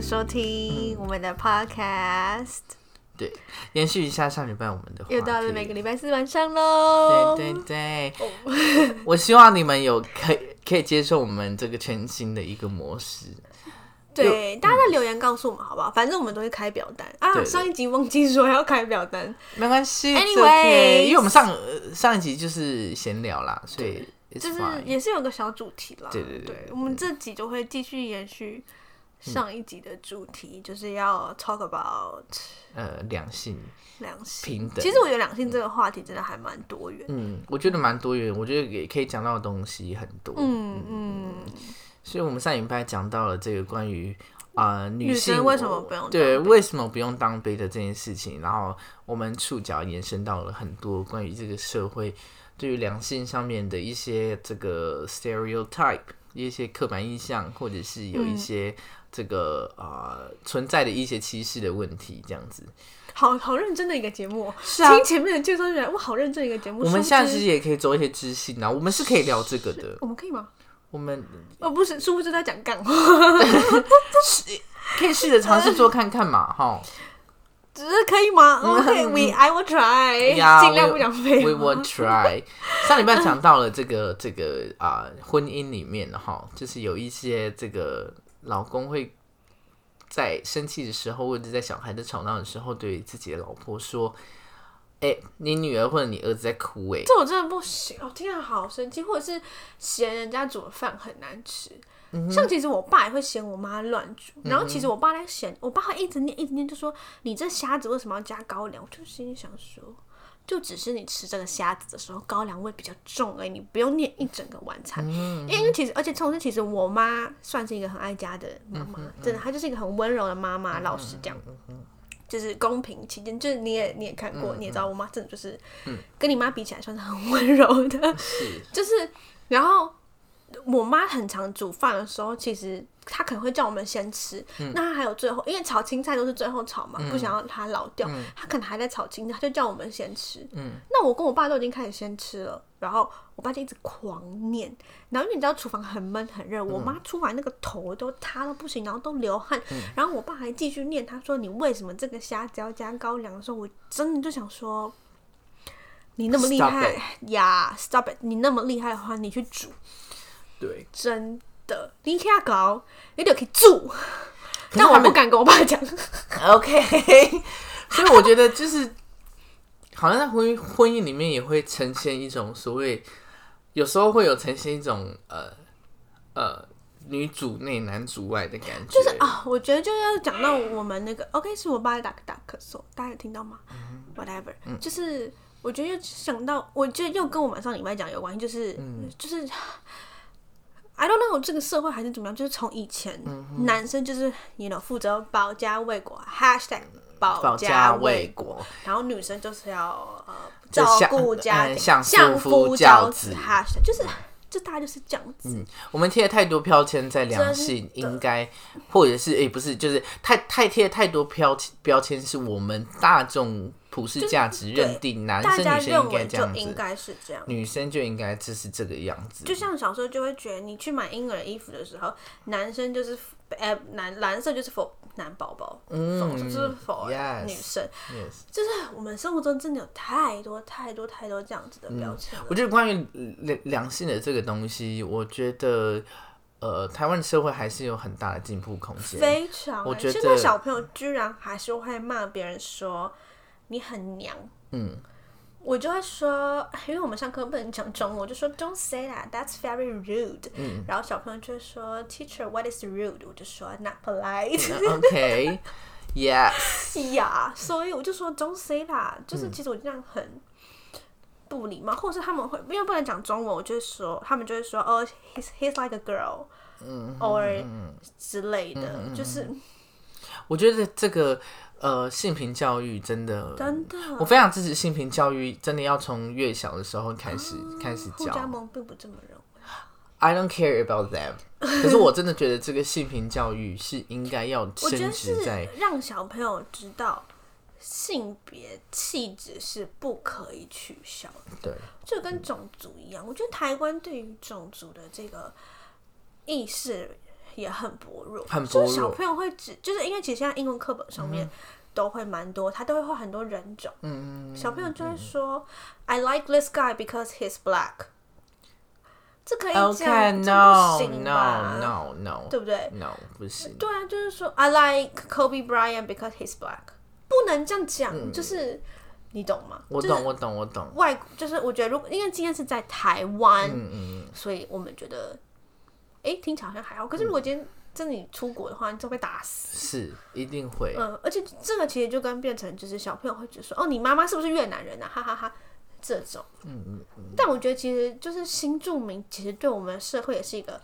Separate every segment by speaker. Speaker 1: 收听我们的 Podcast，
Speaker 2: 对，延续一下上礼拜我们的话题。
Speaker 1: 又到了每个礼拜四晚上喽。
Speaker 2: 对对对，
Speaker 1: 哦
Speaker 2: 我希望你们有可以可以接受我们这个全新的一个模式。
Speaker 1: 对大家在留言告诉我们好不好？反正我们都会开表单啊。
Speaker 2: 对
Speaker 1: 上一集忘记说要开表单，
Speaker 2: 没关系
Speaker 1: Anyways
Speaker 2: it's okay，因为我们上呃上一集就是闲聊啦，所以 it's
Speaker 1: 就是
Speaker 2: fine。
Speaker 1: 也是有个小主题啦。
Speaker 2: 对对对对
Speaker 1: 我们这集就会继续延续上一集的主
Speaker 2: 嗯
Speaker 1: 题，就是要 talk about
Speaker 2: 呃，两性，
Speaker 1: 两性
Speaker 2: 平等
Speaker 1: 其实我觉得两性这个话题真的还蛮多元。
Speaker 2: 嗯，我觉得蛮多元，我觉得也可以讲到的东西很多。
Speaker 1: 嗯嗯，
Speaker 2: 所以我们上礼拜讲到了这个关于啊、呃、女
Speaker 1: 女生
Speaker 2: 性
Speaker 1: 为什么不用当
Speaker 2: 对
Speaker 1: 兵
Speaker 2: 为什么不用当兵的这件事情，然后我们触角延伸到了很多关于这个社会对于两性上面的一些这个 stereotype，一些刻板印象，或者是有一些这个啊、呃存在的一些歧视的问题，这样子。
Speaker 1: 好好认真的一个节目。哦
Speaker 2: 是啊
Speaker 1: 听前面的介绍就觉得哇，好认真的一个节目。
Speaker 2: 我们
Speaker 1: 殊不
Speaker 2: 下
Speaker 1: 知哦
Speaker 2: 次也可以做一些知性啊，我们是可以聊这个的。
Speaker 1: 我们可以吗？
Speaker 2: 我们
Speaker 1: 哦，不是，殊不知在讲干话。
Speaker 2: 可以试着尝试做看看嘛，哈。
Speaker 1: 只是可以 吗？OK，We、I will try，
Speaker 2: 呀
Speaker 1: 尽量不讲废
Speaker 2: We
Speaker 1: 话。
Speaker 2: will try 。上礼拜讲到了这个这个啊、婚姻里面哈，就是有一些这个老公会在生气的时候，或者在小孩子吵闹的时候，对自己的老婆说：“哎、你女儿或者你儿子在哭、哎，
Speaker 1: 这我真的不行，哦，天啊，好生气！或者是嫌人家煮的饭很难吃，像其实我爸也会嫌我妈乱煮，然后其实我爸在嫌，我爸会一直念一直念，就说你这虾子为什么要加高粱？我就心里想说，就只是你吃这个虾子的时候高粱味比较重而已，你不用念一整个晚餐。因为其实，而且同时，其实我妈算是一个很爱家的妈妈，真的，她就是一个很温柔的妈妈，老实讲。就是公平起见，就是你也你也看过，你也知道我妈真的就是，跟你妈比起来算是很温柔的，
Speaker 2: 是
Speaker 1: 就是然后我妈很常煮饭的时候，其实她可能会叫我们先吃，那她还有最后，因为炒青菜都是最后炒嘛，不想要它老掉，她可能还在炒青菜，她就叫我们先吃。那我跟我爸都已经开始先吃了，然后我爸就一直狂念，然后因为你知道厨房很闷很热，我妈出来那个头都塌到不行，然后都流汗，然后我爸还继续念，他说你为什么这个虾只要加高粱的时候，我真的就想说。你那么厉
Speaker 2: Stop
Speaker 1: 害呀、s t o p it！你那么厉害的话，你去煮，
Speaker 2: 对。
Speaker 1: 真的，你一定要搞，你得可以住。
Speaker 2: 是
Speaker 1: 但我
Speaker 2: 他们
Speaker 1: 不敢跟我爸讲，
Speaker 2: OK，所以我觉得就是，好像在婚姻婚姻里面也会呈现一种所谓，有时候会有呈现一种呃呃女主内男主外的感觉，
Speaker 1: 就是啊、我觉得就要讲到我们那个，OK，是我爸打打咳嗽，大家有听到吗、w
Speaker 2: 嗯
Speaker 1: h a t e v e r 就是我觉得又想到，我觉得又跟我们上礼拜讲有关，就是、
Speaker 2: 嗯
Speaker 1: 就是，I don't know 这个社会还是怎么样，就是从以前、
Speaker 2: 嗯
Speaker 1: 男生就是你 know 负责保家卫国，#hashtag
Speaker 2: 保
Speaker 1: 保
Speaker 2: 家卫
Speaker 1: 卫
Speaker 2: 国，
Speaker 1: 然后女生就是要呃
Speaker 2: 就
Speaker 1: 照
Speaker 2: 像
Speaker 1: 顾家
Speaker 2: 嗯
Speaker 1: 庭，
Speaker 2: 像
Speaker 1: 相
Speaker 2: 夫
Speaker 1: 夫
Speaker 2: 教子嗯
Speaker 1: 子，哈，就是就大家就是这样子，
Speaker 2: 我们贴了太多标签在良性，应该或者是诶、不是，就是太太贴了太多标签标签，是我们大众普世价值
Speaker 1: 对
Speaker 2: 认定男
Speaker 1: 大
Speaker 2: 生
Speaker 1: 家
Speaker 2: 女生
Speaker 1: 认
Speaker 2: 应该
Speaker 1: 为
Speaker 2: 这
Speaker 1: 就
Speaker 2: 样
Speaker 1: 应
Speaker 2: 子，
Speaker 1: 该是这样。
Speaker 2: 女生就应该就是这个样子，
Speaker 1: 就像小时候就会觉得，你去买婴儿衣服的时候，男生就是 f- 呃蓝蓝色就是 for 男宝宝，粉红色就是 for
Speaker 2: 嗯 yes
Speaker 1: 女生，
Speaker 2: Yes
Speaker 1: 就是我们生活中真的有太多太多太多这样子的标签了。
Speaker 2: 我觉得关于两两性的这个东西，我觉得呃，台湾社会还是有很大的进步空间。
Speaker 1: 非常、
Speaker 2: 我
Speaker 1: 欸，
Speaker 2: 觉
Speaker 1: 现
Speaker 2: 得
Speaker 1: 在小朋友居然还是会骂别人说你很娘，
Speaker 2: 嗯，
Speaker 1: 我就会说，因为我们上课不能讲中文，我就说 Don't say that, that's very rude。嗯，然后小朋友就会说 Teacher, what is rude？我就说 Not polite。
Speaker 2: OK，Yes，
Speaker 1: 呀，所以我就说 Don't say that，就是其实我这样很。不礼貌，或者是他们会因为不能讲中文，我就会说他们就会说哦，he's he's like a girl，嗯，or 嗯之类的，就是
Speaker 2: 我觉得这个呃性平教育真的，
Speaker 1: 真的。
Speaker 2: 我非常支持性平教育，真的要从越小的时候开始、开始
Speaker 1: 哦互加
Speaker 2: 教。
Speaker 1: 盟并不这么认为。
Speaker 2: I don't care about them，可是我真的觉得这个性平教育是应该要
Speaker 1: 我觉
Speaker 2: 升
Speaker 1: 得
Speaker 2: 值
Speaker 1: 是
Speaker 2: 在
Speaker 1: 让小朋友知道，性别气质是不可以取消的，
Speaker 2: 对。
Speaker 1: 就
Speaker 2: 嗯
Speaker 1: 跟种族一样。我觉得台湾对于种族的这个意识也很薄弱，
Speaker 2: 很薄
Speaker 1: 就
Speaker 2: 弱
Speaker 1: 是小朋友会只就是因为其实现在英文课本上面都会蛮多，他都会画很多人种，
Speaker 2: 嗯，
Speaker 1: 小朋友就会说、i like this guy because he's black。”这可以讲
Speaker 2: OK
Speaker 1: 这不
Speaker 2: no
Speaker 1: 行吧
Speaker 2: no no no
Speaker 1: 对不对？
Speaker 2: no 不行，
Speaker 1: 对啊，就是说 I like Kobe Bryant because he's black，不能这样讲，就是你懂吗？
Speaker 2: 嗯我
Speaker 1: 就是
Speaker 2: 懂我懂我懂，
Speaker 1: 外，就是我觉得如果因为今天是在台湾，
Speaker 2: 嗯嗯，
Speaker 1: 所以我们觉得，哎、听起来好像还好。可是如果今天真的你出国的话，你就被打死。
Speaker 2: 是一定会，
Speaker 1: 嗯，而且这个其实就跟变成就是小朋友会觉得说，哦，你妈妈是不是越南人啊？哈哈哈这种。嗯嗯。但我觉得其实就是新住民，其实对我们社会也是一个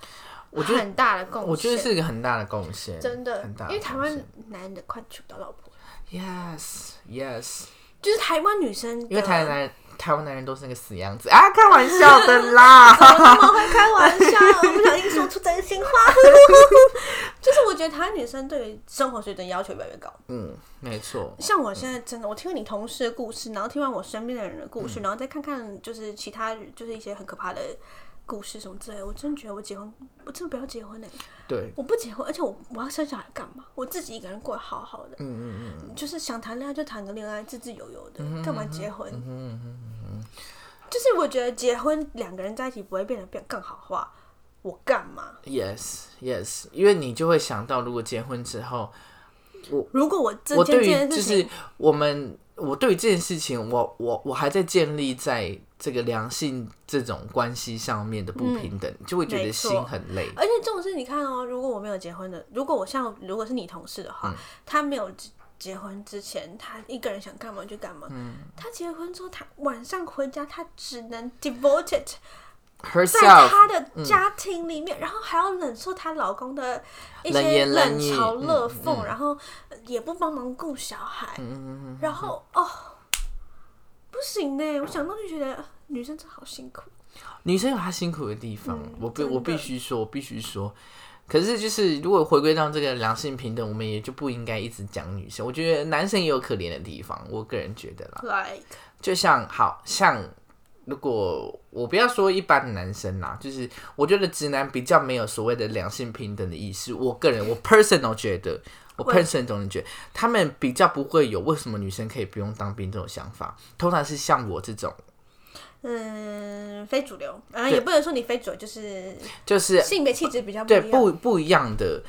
Speaker 2: 我觉得
Speaker 1: 很大嗯的贡献。
Speaker 2: 我觉得是一个很大的贡献，
Speaker 1: 真的
Speaker 2: 很大，
Speaker 1: 因
Speaker 2: 的
Speaker 1: 为台
Speaker 2: 贡
Speaker 1: 湾
Speaker 2: 献
Speaker 1: 男的快娶不到老婆了，
Speaker 2: yes yes，
Speaker 1: 就是台湾女生的，
Speaker 2: 因为台 南台湾男人都是那个死样子啊，开玩笑的 啦，
Speaker 1: 他们会开玩笑，我不小心说出真心话。 就是我觉得台湾女生对于生活水准要求越来越高。
Speaker 2: 嗯，没错，
Speaker 1: 像我现在真的，我听了你同事的故事，然后听完我身边的人的故
Speaker 2: 嗯
Speaker 1: 事，然后再看看就是其他就是一些很可怕的故事什么之类的，我真的觉得我结婚，我真的不要结婚呢、欸
Speaker 2: 对，
Speaker 1: 我不结婚，而且我我要生小孩干嘛？我自己一个人过得好好的，
Speaker 2: 嗯嗯嗯
Speaker 1: 就是想谈恋爱就谈个恋爱，自自由由的，干嘛结婚？
Speaker 2: 嗯嗯，
Speaker 1: 就是我觉得结婚两个人在一起不会变得变更好的话，我干嘛？
Speaker 2: Yes, yes，因为你就会想到，如果结婚之后，
Speaker 1: 如果我这
Speaker 2: 我
Speaker 1: 件
Speaker 2: 对
Speaker 1: 这
Speaker 2: 于
Speaker 1: 件
Speaker 2: 就
Speaker 1: 事
Speaker 2: 是
Speaker 1: 情，
Speaker 2: 我们，我对于这件事情，我我我还在建立在这个良性这种关系上面的不平等，就会
Speaker 1: 嗯
Speaker 2: 觉
Speaker 1: 没
Speaker 2: 得
Speaker 1: 错
Speaker 2: 心很累。
Speaker 1: 而且这种事你看哦，如果我没有结婚的，如果我像如果是你同事的
Speaker 2: 嗯
Speaker 1: 话，他没有结结婚之前，他一个人想干嘛就干嘛。
Speaker 2: 嗯
Speaker 1: 他结婚之后，他晚上回家，他只能 devoted 在
Speaker 2: Herself，嗯
Speaker 1: 他的家庭里面，然后还要忍受她老公的一
Speaker 2: 冷
Speaker 1: 些
Speaker 2: 言冷
Speaker 1: 冷
Speaker 2: 语
Speaker 1: 嘲热讽，
Speaker 2: 嗯嗯
Speaker 1: 然后呃也不帮忙顾小孩，
Speaker 2: 嗯，
Speaker 1: 然后哦，不行呢，我想到就觉得呃女生真的好辛苦。
Speaker 2: 女生有她辛苦的地方，我
Speaker 1: 嗯
Speaker 2: 必
Speaker 1: 真的
Speaker 2: 我必须说，我必须说。可是，就是如果回归到这个良性平等，我们也就不应该一直讲女生。我觉得男生也有可怜的地方，我个人觉得啦。
Speaker 1: Like，
Speaker 2: 就像好像，如果我不要说一般的男生啦，就是我觉得直男比较没有所谓的两性平等的意识。我个人我 personal 觉得，我 personal 觉得他们比较不会有为什么女生可以不用当兵这种想法，通常是像我这种，
Speaker 1: 嗯，非主流，嗯，也不能说你非主流，就是
Speaker 2: 就是
Speaker 1: 性别气质比较不
Speaker 2: 对
Speaker 1: 一样。
Speaker 2: 不不一样的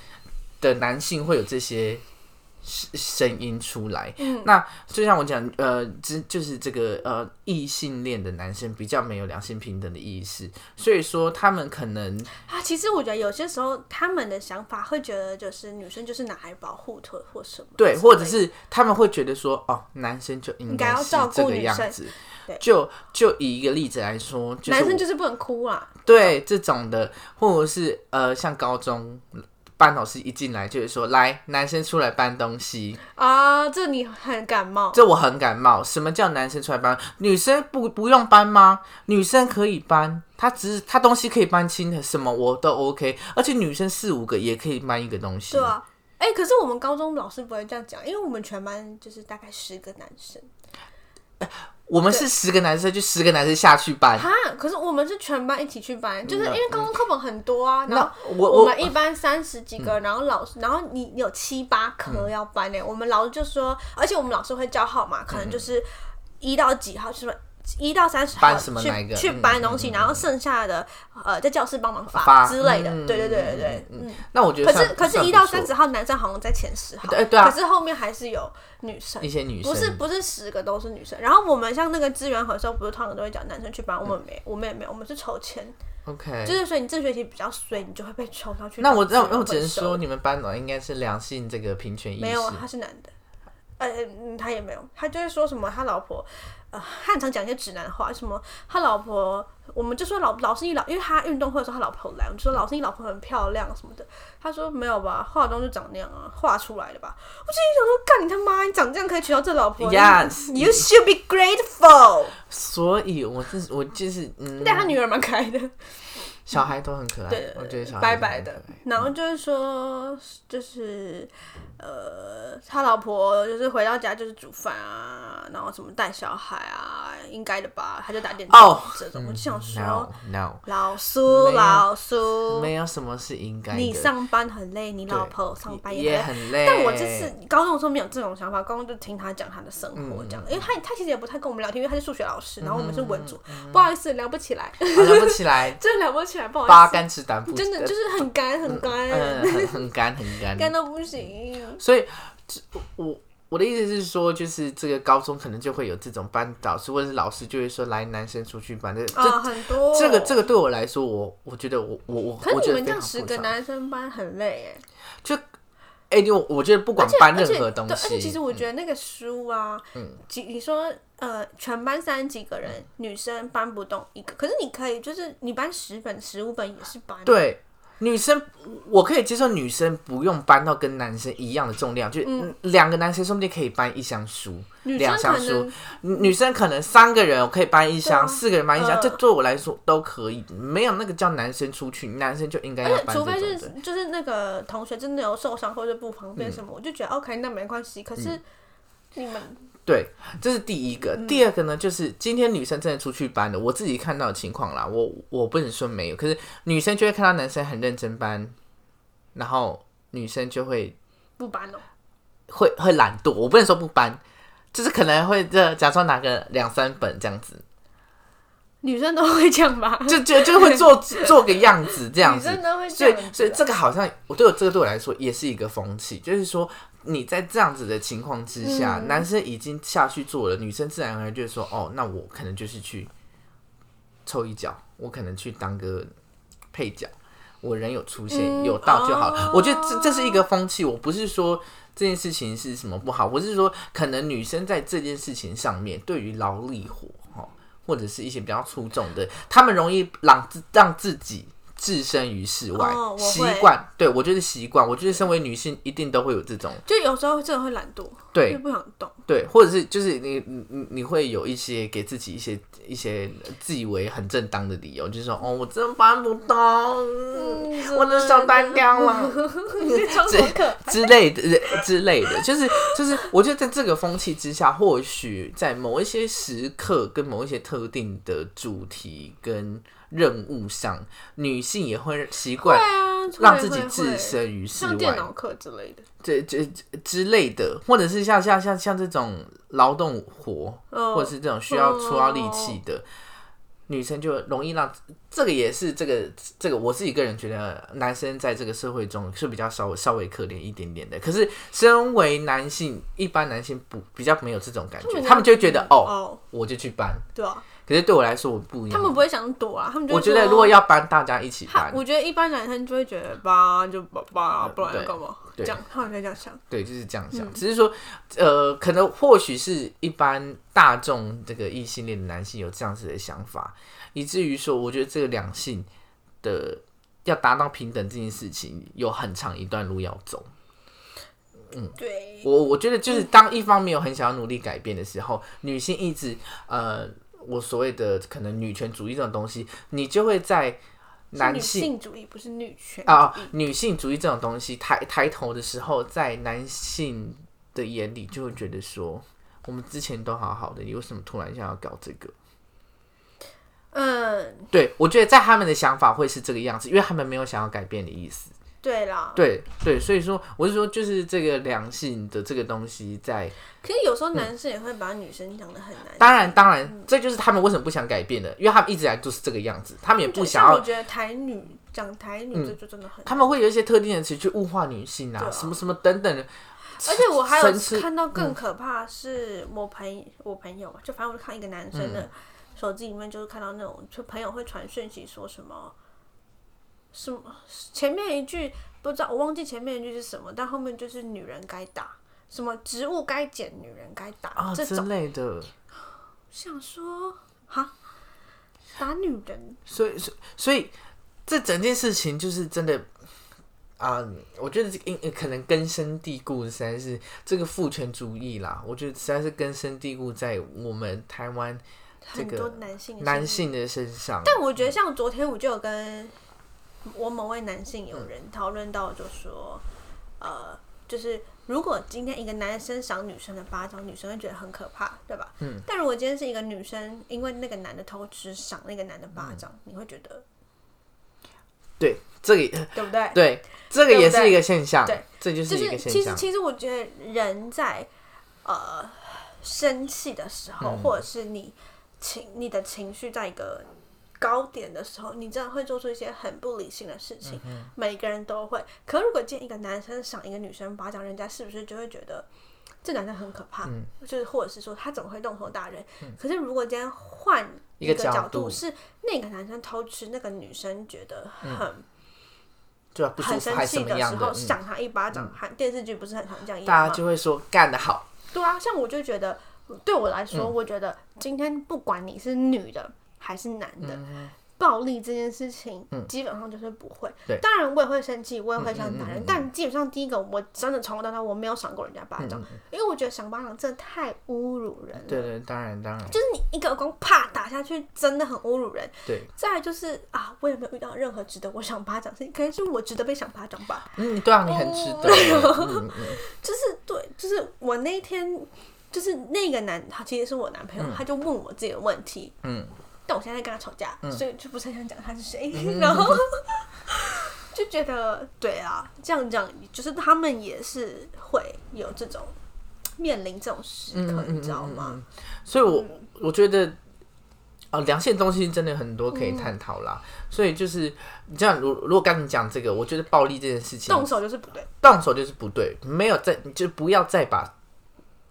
Speaker 2: 的男性会有这些声声音出来。
Speaker 1: 嗯
Speaker 2: 那就像我讲，呃，之就是这个呃异性恋的男生比较没有两性平等的意识，所以说他们可能
Speaker 1: 啊，其实我觉得有些时候他们的想法会觉得，就是女生就是拿来保护的或什么之类
Speaker 2: 对，
Speaker 1: 的，
Speaker 2: 或者是他们会觉得说，哦，男生就应
Speaker 1: 该
Speaker 2: 该
Speaker 1: 要
Speaker 2: 是
Speaker 1: 照
Speaker 2: 这
Speaker 1: 顾
Speaker 2: 个
Speaker 1: 女
Speaker 2: 样
Speaker 1: 生
Speaker 2: 子
Speaker 1: 对。
Speaker 2: 就就以一个例子来说，就是
Speaker 1: 男生
Speaker 2: 我
Speaker 1: 就是不能哭啊。
Speaker 2: 对这种的，或者是呃，像高中班老师一进来就会说，来，男生出来搬东西，
Speaker 1: 啊，这你很感冒。
Speaker 2: 这我很感冒。什么叫男生出来搬？女生不不用搬吗？女生可以搬，她只是她东西可以搬轻的，什么我都 OK。而且女生四五个也可以搬一个东西。
Speaker 1: 对啊，哎、可是我们高中老师不会这样讲，因为我们全班就是大概十个男生
Speaker 2: 我们是十个男生，就十个男生下去搬。
Speaker 1: 哈，可是我们是全班一起去搬，就是因
Speaker 2: 那
Speaker 1: 为高中课本很多啊，然
Speaker 2: 嗯那
Speaker 1: 后。
Speaker 2: 我嗯
Speaker 1: 我
Speaker 2: 我
Speaker 1: 们一班三十几个，然后老师，然后你有七八
Speaker 2: 嗯
Speaker 1: 科要搬呢、我们老师就说，而且我们老师会叫号码，
Speaker 2: 嗯
Speaker 1: 可能就是一到几号，就是一到三十号
Speaker 2: 搬什么哪一
Speaker 1: 去
Speaker 2: 个
Speaker 1: 去
Speaker 2: 嗯
Speaker 1: 搬
Speaker 2: 嗯
Speaker 1: 东西，然后剩下的呃在教室帮忙发
Speaker 2: 发
Speaker 1: 之类的。
Speaker 2: 嗯
Speaker 1: 对对对对对，嗯。
Speaker 2: 那我觉得
Speaker 1: 可是
Speaker 2: 算
Speaker 1: 可是，
Speaker 2: 算不
Speaker 1: 一到
Speaker 2: 错
Speaker 1: 三十号男生好像在前十号，
Speaker 2: 对对啊
Speaker 1: 可是后面还是有女生
Speaker 2: 一。些女生
Speaker 1: 不是不是十个都是女生，然后我们像那个资源回收，不是通常都会讲男生去搬，我们没，我们也没有，我们是抽签，就
Speaker 2: OK。
Speaker 1: 是所以你这学期比较衰，你就会被抽上去
Speaker 2: 哎那
Speaker 1: 当资
Speaker 2: 我
Speaker 1: 源回收。
Speaker 2: 那我那我只能说，你们班长应该是良性这个平权意识。
Speaker 1: 没有，啊他是男的，呃，嗯他也没有，他就会说什么他老婆，呃，他很常讲一些直男话，什么他老婆，我们就说老老师你老，因为他运动会的时候他老婆有来，我们就说老师你老婆很漂亮啊什么的，他说没有吧，化妆就长那样啊，画出来的吧，我心里想说干你他妈，你长这样可以娶到这老婆
Speaker 2: Yes
Speaker 1: you should be grateful，
Speaker 2: 所以我是我就是嗯，
Speaker 1: 但他女儿蛮可爱的，
Speaker 2: 小孩都很可爱，
Speaker 1: 对
Speaker 2: 我觉得小
Speaker 1: 白
Speaker 2: 孩都
Speaker 1: 白
Speaker 2: 很
Speaker 1: 的
Speaker 2: 可爱。
Speaker 1: 然后就是说，就是呃，他老婆就是回到家就是煮饭啊，然后什么带小孩啊，应该的吧？他就打电
Speaker 2: 哦
Speaker 1: 话这种，我就想说，
Speaker 2: No No，
Speaker 1: 老苏
Speaker 2: 没有
Speaker 1: 老苏，
Speaker 2: 没有什么是应该的。
Speaker 1: 你上班很累，你
Speaker 2: 对
Speaker 1: 老婆上班
Speaker 2: 也
Speaker 1: 也很累。
Speaker 2: 很累，
Speaker 1: 但我这次高中的时候没有这种想法，高中就听他讲他的生活这样，
Speaker 2: 嗯
Speaker 1: 因为他他其实也不太跟我们聊天，因为他是数学老师，然后我们是文组，
Speaker 2: 嗯
Speaker 1: 不好意思聊不起来，，
Speaker 2: 啊聊不起来
Speaker 1: 真的聊不起来，不好意思。
Speaker 2: 八竿子打 不
Speaker 1: 真的就是很干很干，
Speaker 2: 嗯，很很干很干。
Speaker 1: 干到不行。
Speaker 2: 所以，这我我的意思是说，就是这个高中可能就会有这种班导师或者是老师就会说，来男生出去班，这这、
Speaker 1: 啊，很多
Speaker 2: 这个这个对我来说，我我觉得我我我
Speaker 1: 可
Speaker 2: 我
Speaker 1: 是
Speaker 2: 觉
Speaker 1: 你
Speaker 2: 得
Speaker 1: 们这样十
Speaker 2: 非常不
Speaker 1: 个
Speaker 2: 爽。
Speaker 1: 男生班很累哎，
Speaker 2: 就哎，因为我我觉得不管
Speaker 1: 而且
Speaker 2: 班
Speaker 1: 而且
Speaker 2: 任何
Speaker 1: 对，
Speaker 2: 东
Speaker 1: 而且其
Speaker 2: 西嗯
Speaker 1: 实，我觉得那个书啊，几你说呃，全班三十几个人，女生搬不动一个，可是你可以就是你搬十本十五本也是搬，
Speaker 2: 对。女生，我可以接受女生不用搬到跟男生一样的重量，就
Speaker 1: 嗯
Speaker 2: 两个男生说不定可以搬一箱书，
Speaker 1: 女
Speaker 2: 两
Speaker 1: 生
Speaker 2: 箱
Speaker 1: 可
Speaker 2: 书
Speaker 1: 能。
Speaker 2: 女生可能三个人我可以搬一箱，
Speaker 1: 对啊
Speaker 2: 四个人搬一箱，
Speaker 1: 嗯
Speaker 2: 这对我来说都可以。没有那个叫男生出去，男生就应该哎要
Speaker 1: 而且
Speaker 2: 搬
Speaker 1: 哎除
Speaker 2: 这
Speaker 1: 非
Speaker 2: 种
Speaker 1: 是
Speaker 2: 的。嗯
Speaker 1: 就是那个同学真的有受伤或者不方便什么，我就觉得 OK，那没关系。可是你们
Speaker 2: 对，这是第一
Speaker 1: 嗯
Speaker 2: 个。第二个呢，就是今天女生真的出去搬了，我自己看到的情况啦，我我不能说没有，可是女生就会看到男生很认真搬，然后女生就会
Speaker 1: 不搬哦，
Speaker 2: 会会懒惰，我不能说不搬，就是可能会这假装拿个两三本这样子，
Speaker 1: 女生都会这样吧？
Speaker 2: 就就就会做做个样子这样
Speaker 1: 女
Speaker 2: 子。
Speaker 1: 生都会
Speaker 2: 所
Speaker 1: 这
Speaker 2: 以
Speaker 1: 样子啊，
Speaker 2: 所以这个好像我对我这个对我来说也是一个风气，就是说你在这样子的情况之下，
Speaker 1: 嗯
Speaker 2: 男生已经下去做了，女生自然而然就会说哦，那我可能就是去凑一脚，我可能去当个配角，我人有出现、
Speaker 1: 嗯
Speaker 2: 有到就好。
Speaker 1: 哦
Speaker 2: 我觉得这这是一个风气，我不是说。这件事情是什么不好？我是说，可能女生在这件事情上面，对于劳力活哦，或者是一些比较出众的，他们容易让自让自己置身于世外
Speaker 1: 哦，我会
Speaker 2: 习惯。对我就是习惯，我觉得身为女性一定都会有这种
Speaker 1: 就有时候真的会懒惰，
Speaker 2: 对
Speaker 1: 就不想动。
Speaker 2: 对，或者是就是你你你你会有一些给自己一些一些自以为很正当的理由，就是说哦，我真搬不动，嗯我的手单掉了。
Speaker 1: 装什么可？
Speaker 2: 之类的 之类的，就是就是，我觉得在这个风气之下，或许在某一些时刻跟某一些特定的主题跟任务上，女性也会习
Speaker 1: 对
Speaker 2: 惯
Speaker 1: 啊，
Speaker 2: 让
Speaker 1: 会
Speaker 2: 自己
Speaker 1: 会
Speaker 2: 置
Speaker 1: 会
Speaker 2: 身于世
Speaker 1: 像电
Speaker 2: 外，
Speaker 1: 脑课之类的。
Speaker 2: 这这这之类的，或者是像像像像这种劳动活，
Speaker 1: 哦
Speaker 2: 或者是这种需要出到力气
Speaker 1: 哦
Speaker 2: 的。女生就容易让这个也是这个这个我自己个人觉得，男生在这个社会中是比较稍微稍微可怜一点点的。可是身为男性，一般男性不比较没有这种感觉，他们就会觉得哦，
Speaker 1: 哦，
Speaker 2: 我就去搬。
Speaker 1: 对啊，
Speaker 2: 可是对我来说，我不一
Speaker 1: 他
Speaker 2: 样。
Speaker 1: 们不会想躲啊，他们就
Speaker 2: 我
Speaker 1: 会
Speaker 2: 觉得
Speaker 1: 说
Speaker 2: 如果要搬，大家一起
Speaker 1: 他
Speaker 2: 搬，，
Speaker 1: 我觉得一般男生就会觉得吧，就吧吧，不然要
Speaker 2: 对
Speaker 1: 干嘛？这
Speaker 2: 对
Speaker 1: 样他们在这样想，
Speaker 2: 对，就是这样想。只是说，呃，可能或许是一般大众这个异性恋的男性有这样子的想法，以至于说，我觉得这个两性的要达到平等这件事情，有很长一段路要走。
Speaker 1: 对，
Speaker 2: 嗯我我觉得就是当一方没有很想要努力改变的时候，女性一直呃，我所谓的可能女权主义这种东西，你就会在
Speaker 1: 是
Speaker 2: 男
Speaker 1: 女
Speaker 2: 性
Speaker 1: 性主义不是女权
Speaker 2: 啊、
Speaker 1: 主义
Speaker 2: 女性主义这种东西抬抬头的时候，在男性的眼里就会觉得说，我们之前都好好的，你为什么突然一下要搞这个？
Speaker 1: 嗯，
Speaker 2: 对我觉得在他们的想法会是这个样子，因为他们没有想要改变的意思。
Speaker 1: 对啦，
Speaker 2: 对对，所以说我是说，就是这个良性的这个东西在，
Speaker 1: 可是有时候
Speaker 2: 嗯
Speaker 1: 男生也会把女生想的很难。
Speaker 2: 当然当然，这就是他们为什么不想改变的，因为他们一直以来就是这个样子，他们也
Speaker 1: 就
Speaker 2: 不想
Speaker 1: 像
Speaker 2: 要嗯
Speaker 1: 我觉得台女讲台女，这就真的很。
Speaker 2: 他们会有一些特定的词去物化女性啊，
Speaker 1: 对啊
Speaker 2: 什么什么等等的。
Speaker 1: 而且我还
Speaker 2: 神
Speaker 1: 有
Speaker 2: 奇
Speaker 1: 看到更可怕的是，我朋我朋友嘛，就反正我就看一个男生
Speaker 2: 嗯
Speaker 1: 的手机里面，就是看到那种就朋友会传讯息说什么什么前面一句不知道，我忘记前面一句是什么，但后面就是女人该打什么植物该剪，女人该打、
Speaker 2: 啊
Speaker 1: 这
Speaker 2: 之
Speaker 1: 种，
Speaker 2: 类的。
Speaker 1: 想说哈打女人，
Speaker 2: 所以，所以所以这整件事情就是真的啊、我觉得这个可能根深蒂固，实在是这个父权主义啦，我觉得实在是根深蒂固在我们台湾这
Speaker 1: 很多
Speaker 2: 个
Speaker 1: 男性的
Speaker 2: 男
Speaker 1: 生
Speaker 2: 性的身上。
Speaker 1: 但我觉得像昨天我就有跟我某位男性友人讨论到，就说，呃，就是如果今天一个男生赏女生的巴掌，女生会觉得很可怕，对吧？嗯。但如果今天是一个女生，因为那个男的偷吃赏那个男的巴掌，你会觉得
Speaker 2: 对，这个
Speaker 1: 对不对？
Speaker 2: 对，这个
Speaker 1: 对不
Speaker 2: 也是
Speaker 1: 对
Speaker 2: 一个现象，
Speaker 1: 对
Speaker 2: 这就
Speaker 1: 就是
Speaker 2: 一个
Speaker 1: 是
Speaker 2: 现
Speaker 1: 其实
Speaker 2: 象。
Speaker 1: 其实我觉得人在呃生气的时候，
Speaker 2: 嗯
Speaker 1: 或者是你情你的情绪在一个高点的时候，你真的会做出一些很不理性的事情，
Speaker 2: 嗯
Speaker 1: 每个人都会。可如果见一个男生赏一个女生巴掌，人家是不是就会觉得？这男生很可怕，
Speaker 2: 嗯
Speaker 1: 就是或者是说他怎么会动手打人？可是如果今天换
Speaker 2: 一个角
Speaker 1: 角
Speaker 2: 度
Speaker 1: 是那个男生偷吃，那个女生觉得很
Speaker 2: 嗯对啊，不舒
Speaker 1: 很
Speaker 2: 服
Speaker 1: 生
Speaker 2: 还是
Speaker 1: 气
Speaker 2: 怎么
Speaker 1: 的
Speaker 2: 样
Speaker 1: 时
Speaker 2: 的，
Speaker 1: 候
Speaker 2: 嗯
Speaker 1: 赏他一巴掌，还电视剧不是很常这样演
Speaker 2: 大
Speaker 1: 吗
Speaker 2: 家？就会说干得好，
Speaker 1: 对啊，像我就觉得，对我来
Speaker 2: 嗯
Speaker 1: 说，我觉得今天不管你是女的还是男的，
Speaker 2: 嗯
Speaker 1: 暴力这件事情基本上就是不会。
Speaker 2: 对嗯
Speaker 1: 当然我也会生气，我也会想打人，但基本上第一个，我真的从头到尾我没有赏过人家巴掌，因为我觉得赏巴掌真的太侮辱人了。
Speaker 2: 嗯对对，当然当然，
Speaker 1: 就是你一个耳光啪打下去，真的很侮辱人。
Speaker 2: 对，
Speaker 1: 再来就是啊，我也没有遇到任何值得我赏巴掌的事情，可能是我值得被赏巴掌吧。
Speaker 2: 嗯，对啊，你很值 得欸，嗯嗯
Speaker 1: 就是对，就是我那一天，就是那个男，他其实是我男朋友，他就问我自己的问题，
Speaker 2: 嗯，
Speaker 1: 但我现在在跟他吵架，所以就不是很想讲他是谁，
Speaker 2: 嗯
Speaker 1: 然后就觉得对啊，这样讲就是他们也是会有这种面临这种时
Speaker 2: 嗯
Speaker 1: 刻，你知道吗？
Speaker 2: 所以我我觉得，哦，良性东西真的很多可
Speaker 1: 嗯
Speaker 2: 以探讨啦。所以就是你这样，如如果刚你讲这个，我觉得暴力这件事情，
Speaker 1: 动手就是不对，
Speaker 2: 动手就是不对，没有再你就不要再把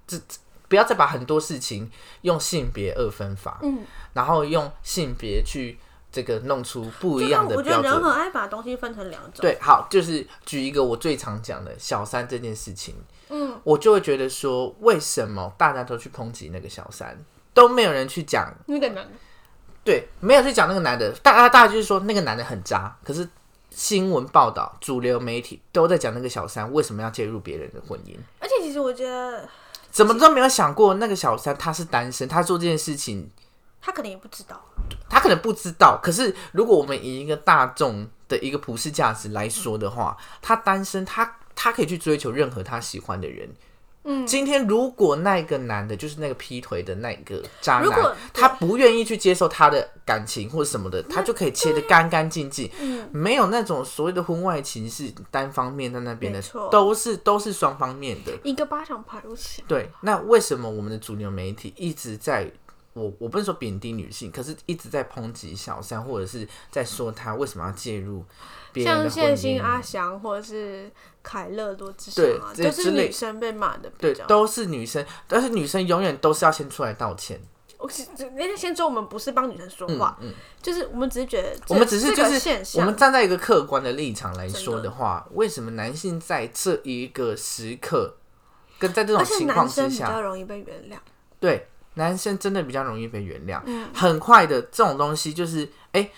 Speaker 2: 这这不要再把很多事情用性别二分法，
Speaker 1: 嗯，
Speaker 2: 然后用性别去这个弄出不
Speaker 1: 就
Speaker 2: 一
Speaker 1: 像
Speaker 2: 样的
Speaker 1: 我觉
Speaker 2: 标
Speaker 1: 得人很
Speaker 2: 准。
Speaker 1: 爱把东西分成两种，
Speaker 2: 对，好，就是举一个我最常讲的小三这件事情，
Speaker 1: 嗯，
Speaker 2: 我就会觉得说，为什么大家都去抨击那个小三，都没有人去讲
Speaker 1: 那个男的
Speaker 2: 对，没有去讲那个男的，大家大家就是说那个男的很渣，可是新闻报道、主流媒体都在讲那个小三为什么要介入别人的婚姻，
Speaker 1: 而且其实我觉得
Speaker 2: 怎么都没有想过那个小三他是单身，他做这件事情
Speaker 1: 他可能也不知道，
Speaker 2: 他可能不知道，可是如果我们以一个大众的一个普世价值来说的话，他单身，他他可以去追求任何他喜欢的人。嗯，今天如果那个男的，就是那个劈腿的那个渣
Speaker 1: 如
Speaker 2: 男
Speaker 1: 果，
Speaker 2: 他不愿意去接受他的感情或什
Speaker 1: 嗯
Speaker 2: 么的，他就可以切得干干净净，没有那种所谓的婚外情是单方面在那边的
Speaker 1: 没错，
Speaker 2: 都是都是双方面的。
Speaker 1: 一个巴掌拍不响，
Speaker 2: 对，那为什么我们的主流媒体一直在我我不是说贬低女性，可是一直在抨击小三，或者是在说她为什么要介入别人
Speaker 1: 像
Speaker 2: 的
Speaker 1: 谢
Speaker 2: 婚
Speaker 1: 欣、
Speaker 2: 姻？
Speaker 1: 阿翔或者是凯乐、罗志
Speaker 2: 对
Speaker 1: 祥啊，
Speaker 2: 这
Speaker 1: 就
Speaker 2: 之
Speaker 1: 是
Speaker 2: 类
Speaker 1: 女生被骂的比
Speaker 2: 对
Speaker 1: 较。，
Speaker 2: 都是女生，但是女生永远都是要先出来道歉。
Speaker 1: 我是那天先说，我们不是帮女生说话，就是我们只是觉得这，
Speaker 2: 嗯我们只是
Speaker 1: 这
Speaker 2: 就
Speaker 1: 个现
Speaker 2: 是我
Speaker 1: 象，
Speaker 2: 们站在一个客观的立场来说
Speaker 1: 真
Speaker 2: 的话，为什么男性在这一个时刻跟在这种
Speaker 1: 而且
Speaker 2: 情
Speaker 1: 男
Speaker 2: 况之
Speaker 1: 生比
Speaker 2: 下，
Speaker 1: 较容易被原谅。
Speaker 2: 对，男生真的比较容易被原谅。很快的这种东西就是，哎、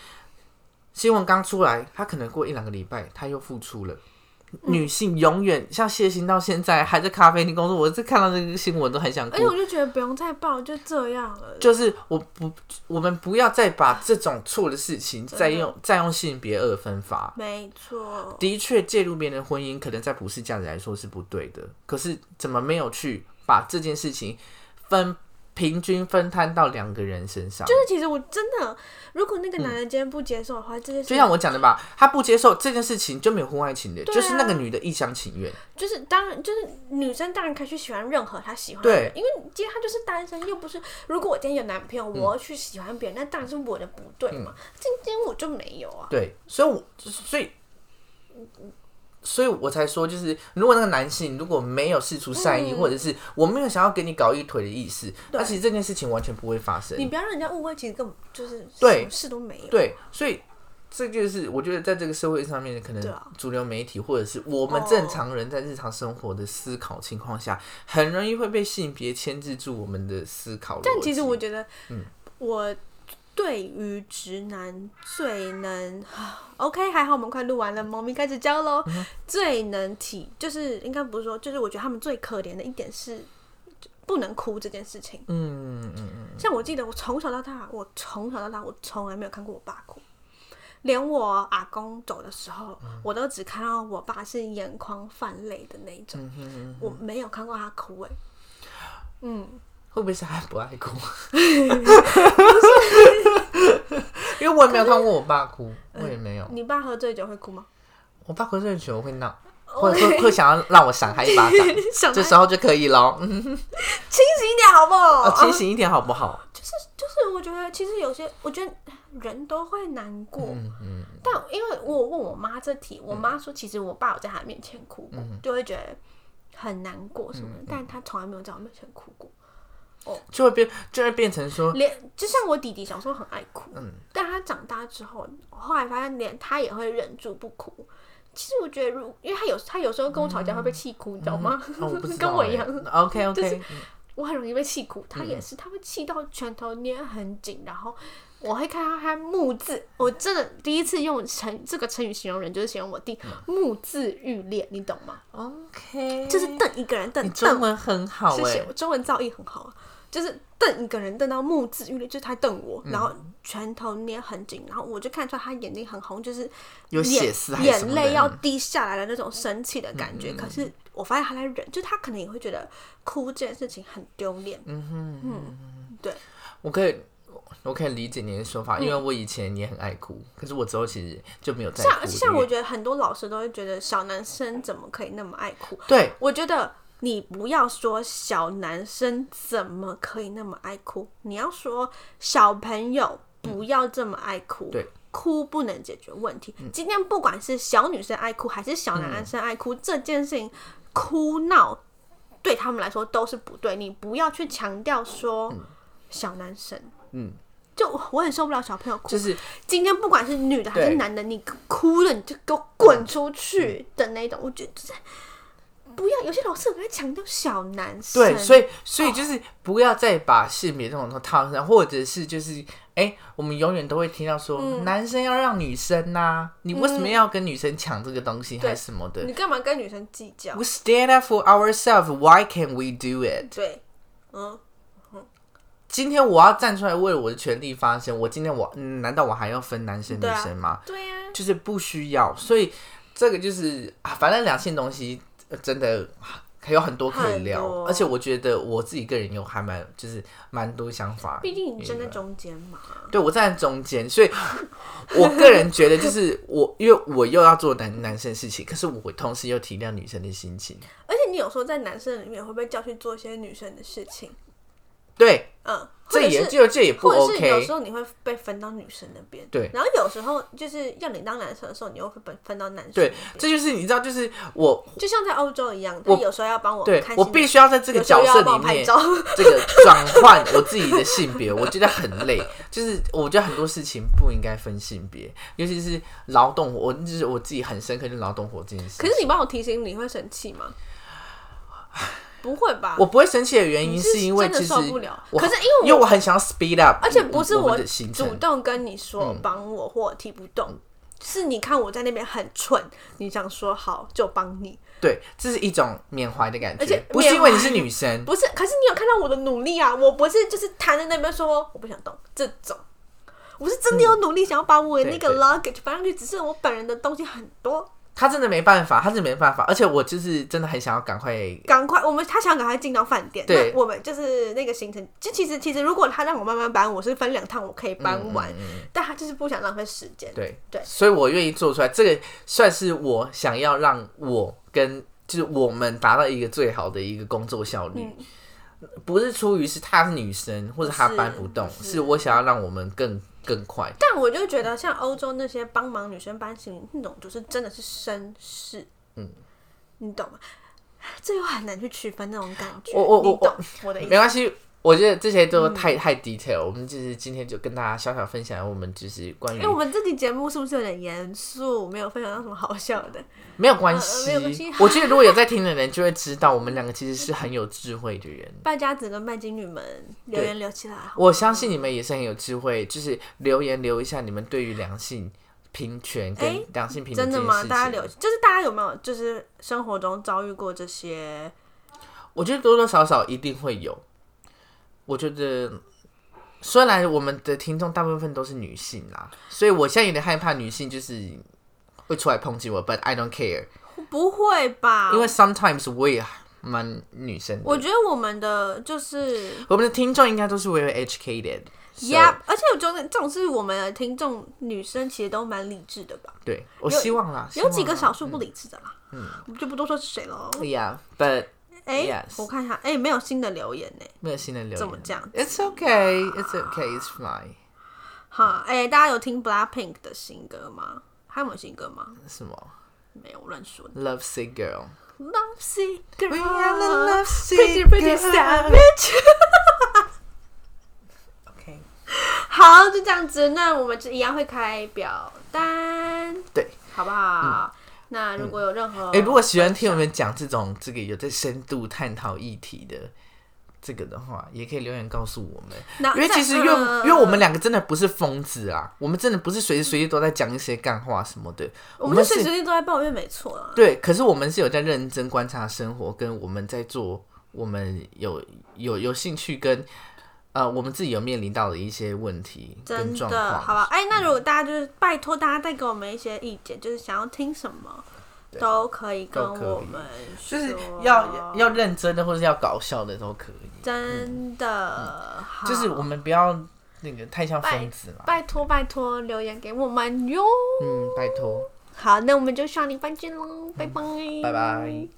Speaker 2: 新闻刚出来，他可能过一两个礼拜他又复出了。女性永远像谢欣到现在还在咖啡厅工作，我是看到这个新闻都很想
Speaker 1: 而且
Speaker 2: 哭
Speaker 1: 我。就觉得不用再报，就这样了。
Speaker 2: 就是我不，我们不要再把这种错的事情再用再用性别二分法。
Speaker 1: 没错，
Speaker 2: 的确，介入别人的婚姻，可能在普世价值来说是不对的。可是怎么没有去把这件事情分平均分摊到两个人身上？
Speaker 1: 就是其实我真的，如果那个男人今天不接受的话，这件事
Speaker 2: 嗯就像我讲的吧，他不接受这件事情就没有婚外情的，
Speaker 1: 对啊
Speaker 2: 就是那个女的一厢情愿。
Speaker 1: 就是当然，就是女生当然可以去喜欢任何她喜欢的
Speaker 2: 对
Speaker 1: 人，因为今天她就是单身，又不是。如果我今天有男朋友，
Speaker 2: 嗯
Speaker 1: 我要去喜欢别人，那当然是我的不对嘛。今天我就没有啊。
Speaker 2: 对，所以我所以所以我才说，就是如果那个男性如果没有试出善
Speaker 1: 嗯
Speaker 2: 意，或者是我没有想要给你搞一腿的意思，那其实这件事情完全不会发生。
Speaker 1: 你不要让人家误会，其实根本就是
Speaker 2: 对
Speaker 1: 什么事都没有。
Speaker 2: 对，所以这就是我觉得在这个社会上面，可
Speaker 1: 对
Speaker 2: 能
Speaker 1: 啊
Speaker 2: 主流媒体或者是我们
Speaker 1: 哦
Speaker 2: 正常人在日常生活的思考情况下，很容易会被性别牵制住我们的思考逻辑。嗯
Speaker 1: 但其实我觉得，我对于直男最能 OK，还好我们快录完了，猫咪开始教
Speaker 2: 嗯
Speaker 1: 喽。最能体就是应该不是说，就是我觉得他们最可怜的一点是不能哭这件事情。
Speaker 2: 嗯嗯嗯嗯，
Speaker 1: 像我记得，我从小到大，我从小到大，我从来没有看过我爸哭。连我阿公走的时候，
Speaker 2: 嗯
Speaker 1: 我都只看到我爸是眼眶泛泪的那一
Speaker 2: 嗯
Speaker 1: 种，我没有看过他哭、欸。哎，嗯，
Speaker 2: 会不会是他不爱 哭？ 因为我也没有看过我爸哭，
Speaker 1: 嗯
Speaker 2: 我也没有。
Speaker 1: 你爸喝醉酒会哭 吗？，
Speaker 2: 我爸喝醉酒会闹，会会会想要让我赏他一巴掌
Speaker 1: 想
Speaker 2: 这
Speaker 1: 清
Speaker 2: 时候就可以喽。嗯
Speaker 1: 醒一点好不好？
Speaker 2: 哦清醒一点好不好？
Speaker 1: 就是就是，我觉得其实有些，我觉得人都会难过，
Speaker 2: 嗯嗯
Speaker 1: 但因为我问我妈这题，我妈说其实我爸有在她面前哭过，
Speaker 2: 嗯
Speaker 1: 就会觉得很难过什么的，但她从来没有在我面前哭过。
Speaker 2: 就会变就会变成说，
Speaker 1: 连就像我弟弟小时候很爱哭，
Speaker 2: 嗯
Speaker 1: 但他长大之后，后来发现连他也会忍住不哭。其实我觉得如，因为他有他有时候跟我吵架会被气哭，你知道吗？
Speaker 2: 嗯哦我不知道
Speaker 1: 跟我
Speaker 2: 欸
Speaker 1: 一样，。
Speaker 2: OK OK，
Speaker 1: 我很容易被气哭，他
Speaker 2: 嗯
Speaker 1: 也是，他会气到拳头捏很紧，然后我会看到他目字，我真的第一次用成这个成语形容人，就是形容我弟
Speaker 2: 嗯
Speaker 1: 目眦欲裂，你懂吗？
Speaker 2: OK，
Speaker 1: 就是瞪一个人瞪
Speaker 2: 你中
Speaker 1: 瞪，
Speaker 2: 文很好
Speaker 1: 谢
Speaker 2: 哎、
Speaker 1: 谢，我中文造诣很好啊，就是瞪一个人瞪到目眦欲裂，就是他瞪我，
Speaker 2: 嗯
Speaker 1: 然后拳头捏很紧，然后我就看出来他眼睛很红，就是
Speaker 2: 有血
Speaker 1: 眼
Speaker 2: 丝还是什
Speaker 1: 眼
Speaker 2: 么
Speaker 1: 泪
Speaker 2: 的嗯
Speaker 1: 要滴下来的那种生气的感觉。可是我发现他在忍，就他可能也会觉得哭这件事情很丢脸。嗯
Speaker 2: 嗯
Speaker 1: 哼，对，
Speaker 2: 我可以。我可以理解你的说
Speaker 1: 嗯
Speaker 2: 法，因为我以前也很爱哭，可是我之后其实就没有再哭
Speaker 1: 像
Speaker 2: 了。
Speaker 1: 像
Speaker 2: 因为
Speaker 1: 我觉得很多老师都会觉得小男生怎么可以那么爱哭？
Speaker 2: 对
Speaker 1: 我觉得你不要说小男生怎么可以那么爱哭，你要说小朋友不要这么爱哭。
Speaker 2: 对
Speaker 1: 哭不能解决问题。今天不管是小女生爱哭还是小男生爱哭，这件事情哭闹对他们来说都是不对。你不要去强调说小男生，
Speaker 2: 嗯，
Speaker 1: 就我我很受不了小朋友哭。
Speaker 2: 就是
Speaker 1: 今天不管是女的还是
Speaker 2: 对嗯
Speaker 1: 男的，你哭了你就给我滚出去的那种，我觉得就是不要。有些老师很爱强调小男生，
Speaker 2: 对，所
Speaker 1: 以
Speaker 2: 以所以就是不要再把性别这种东西套上，或者是就是哎、我们永远都会听到说、
Speaker 1: 嗯
Speaker 2: 男生要让女生呐、你为什么要跟女生抢这个东
Speaker 1: 嗯
Speaker 2: 西还是什么的
Speaker 1: 你干嘛跟女生计较
Speaker 2: ？We？stand up for ourselves. Why can we do it?
Speaker 1: 对，嗯，
Speaker 2: 今天我要站出来为我的权利发声，我今天我、嗯、难道我还要分男生女
Speaker 1: 对啊
Speaker 2: 生吗？
Speaker 1: 对呀、
Speaker 2: 就是不需要，所以这个就是啊，反正两性东西呃真的还有很多可以聊
Speaker 1: 很，多
Speaker 2: 而且我觉得我自己个人有还蛮就是蛮多想法，
Speaker 1: 毕竟你站在中间嘛。
Speaker 2: 对我站在中间，所以我个人觉得就是我，因为我又要做男男生的事情，可是我同时又体谅女生的心情，
Speaker 1: 而且你有时候在男生里面会被叫去做一些女生的事情，
Speaker 2: 对，
Speaker 1: 嗯，
Speaker 2: 这
Speaker 1: 或者
Speaker 2: 也
Speaker 1: 是
Speaker 2: 就这也不
Speaker 1: 或者是有
Speaker 2: OK，
Speaker 1: 时候你会被分到女生那边，
Speaker 2: 对
Speaker 1: 然后有时候就是要你当男生的时候，你又会被分到男生
Speaker 2: 对
Speaker 1: 那边，
Speaker 2: 这就是你知道，就是我
Speaker 1: 就像在欧洲一样，他有时候要帮我
Speaker 2: 对
Speaker 1: 看
Speaker 2: 我
Speaker 1: 新
Speaker 2: 必
Speaker 1: 闻
Speaker 2: 须要在这个
Speaker 1: 有时候
Speaker 2: 角
Speaker 1: 又
Speaker 2: 色
Speaker 1: 要帮
Speaker 2: 里
Speaker 1: 我拍
Speaker 2: 面
Speaker 1: 照。
Speaker 2: 这个转换我自己的性别，我觉得很累。就是我觉得很多事情不应该分性别，尤其是劳动活，我就是我自己很深刻就是劳动活这件事。
Speaker 1: 可是你帮我提醒，你会生气吗？不会吧？
Speaker 2: 我不会生气的原因
Speaker 1: 是
Speaker 2: 因为
Speaker 1: 真的
Speaker 2: 其实
Speaker 1: 受不了
Speaker 2: 我
Speaker 1: 可是因为我
Speaker 2: 因为我很想要 speed up，
Speaker 1: 而且不是
Speaker 2: 我我
Speaker 1: 我
Speaker 2: 们的嗯行
Speaker 1: 主
Speaker 2: 程。
Speaker 1: 动跟你说帮我或提不
Speaker 2: 嗯
Speaker 1: 动，是你看我在那边很蠢，你想说好就帮你，
Speaker 2: 对，这是一种缅怀的感
Speaker 1: 而且
Speaker 2: 觉，不是因为你是
Speaker 1: 缅怀
Speaker 2: 女生，
Speaker 1: 不是？可是你有看到我的努力啊！我不是就是瘫在那边说我不想动这种。我是真的有努力想要把我的那
Speaker 2: 嗯对
Speaker 1: 个
Speaker 2: 对
Speaker 1: luggage 搬上去，只是我本人的东西很多，
Speaker 2: 她真的没办法，她真的没办法。而且我就是真的很想要赶快
Speaker 1: 赶快，我们他想赶快进到饭店。
Speaker 2: 对
Speaker 1: 那我们就是那个行程，就其实其实如果他让我慢慢搬，我是分两趟我可以搬完，
Speaker 2: 嗯
Speaker 1: 但他就是不想浪费时间。
Speaker 2: 对
Speaker 1: 对
Speaker 2: 所以我愿意做出来，这个算是我想要让我跟就是我们达到一个最好的一个工作效
Speaker 1: 嗯
Speaker 2: 率，不是出于是她是女生或者她搬不动，
Speaker 1: 不
Speaker 2: 是
Speaker 1: 是
Speaker 2: 我想要让我们更更快。
Speaker 1: 但我就觉得像欧洲那些帮忙女生搬行李那种，就是真的是绅士，嗯，你懂吗？这又很难去区分那种感觉。
Speaker 2: 我我我
Speaker 1: 你懂我 的意
Speaker 2: 没
Speaker 1: 思。
Speaker 2: 关系，我觉得这些
Speaker 1: 嗯
Speaker 2: 都太、太 detail，我们就是今天就跟大家小小分享我们就是关于
Speaker 1: 因哎为我们这期节目是不是有点严肃，没有分享到什么好笑的？
Speaker 2: 没有关系、
Speaker 1: 呃没有关系
Speaker 2: 我觉得如果有在听的人就会知道，我们两个其实是很有智慧的人。
Speaker 1: 败家子跟拜金女们留言留起来，
Speaker 2: 我相信你们也是很有智慧，就是留言留一下你们对于良性平权跟
Speaker 1: 哎
Speaker 2: 良性平等
Speaker 1: 真
Speaker 2: 这
Speaker 1: 的
Speaker 2: 件
Speaker 1: 吗？
Speaker 2: 事情。
Speaker 1: 大家留，就是大家有没有就是生活中遭遇过这些
Speaker 2: 我觉得多多少少一定会有。我觉得虽然我们的听众大部分都是女性啦，所以我现在有点害怕女性就是会出来抨击我，but I don't care，
Speaker 1: 不会吧？
Speaker 2: 因为 sometimes 我也蛮女生的。
Speaker 1: 我觉得我们的就是
Speaker 2: 我们的听众应该都是 very educated，so-
Speaker 1: Yep，而且我觉得这种是我们的听众女生其实都蛮理智的吧，
Speaker 2: 对我希望啦，
Speaker 1: 有几个少数不理智的啦，嗯，我就不多说是谁喽。
Speaker 2: ，Yeah，but
Speaker 1: 哎、
Speaker 2: 嗯 Yes
Speaker 1: 我看一下，哎、没有新的留言呢、
Speaker 2: 没有新的留言，
Speaker 1: 怎么讲
Speaker 2: ？It's okay, it's okay, it's fine。
Speaker 1: 哈，哎、大家有听 Blackpink 的新歌吗？还有没有新歌吗？
Speaker 2: 什么
Speaker 1: 没有，我乱说的。
Speaker 2: Love Sick Girl？
Speaker 1: Love sick
Speaker 2: We are the
Speaker 1: girl,
Speaker 2: love sick
Speaker 1: pretty pretty
Speaker 2: girl。
Speaker 1: savage。
Speaker 2: OK，
Speaker 1: 好，就这样子，那我们就一样会开表单，
Speaker 2: 对，嗯
Speaker 1: 好不好？那如果有任何，
Speaker 2: 哎、如果喜欢听我们讲这种这个有在深度探讨议题的这个的话，也可以留言告诉我们。
Speaker 1: 那
Speaker 2: 因为其实因为、
Speaker 1: 嗯
Speaker 2: 因为我们两个真的不是疯子啊，我们真的不是随时随地都在讲一些干话什么的，
Speaker 1: 呃我
Speaker 2: 我
Speaker 1: 们
Speaker 2: 们
Speaker 1: 是随时
Speaker 2: 是
Speaker 1: 随地都在抱怨，没错啊啦。
Speaker 2: 对，可是我们是有在认真观察生活，跟我们在做我们有有有兴趣跟呃我们自己有面临到的一些问题跟
Speaker 1: 真
Speaker 2: 状
Speaker 1: 的，
Speaker 2: 况，
Speaker 1: 好不好？哎、那如果大家就是拜托大家再给我们一些意见，就是想要听什么都可以跟
Speaker 2: 都可以
Speaker 1: 我们说，
Speaker 2: 就是要要认真的或者要搞笑的都可以，
Speaker 1: 真的、好
Speaker 2: 嗯就是我们不要那个太像
Speaker 1: 拜
Speaker 2: 疯子嘛。
Speaker 1: 拜托拜托留言给我们哟。
Speaker 2: 嗯，拜托。
Speaker 1: 好，那我们就下礼拜见喽，拜拜，
Speaker 2: 嗯拜拜。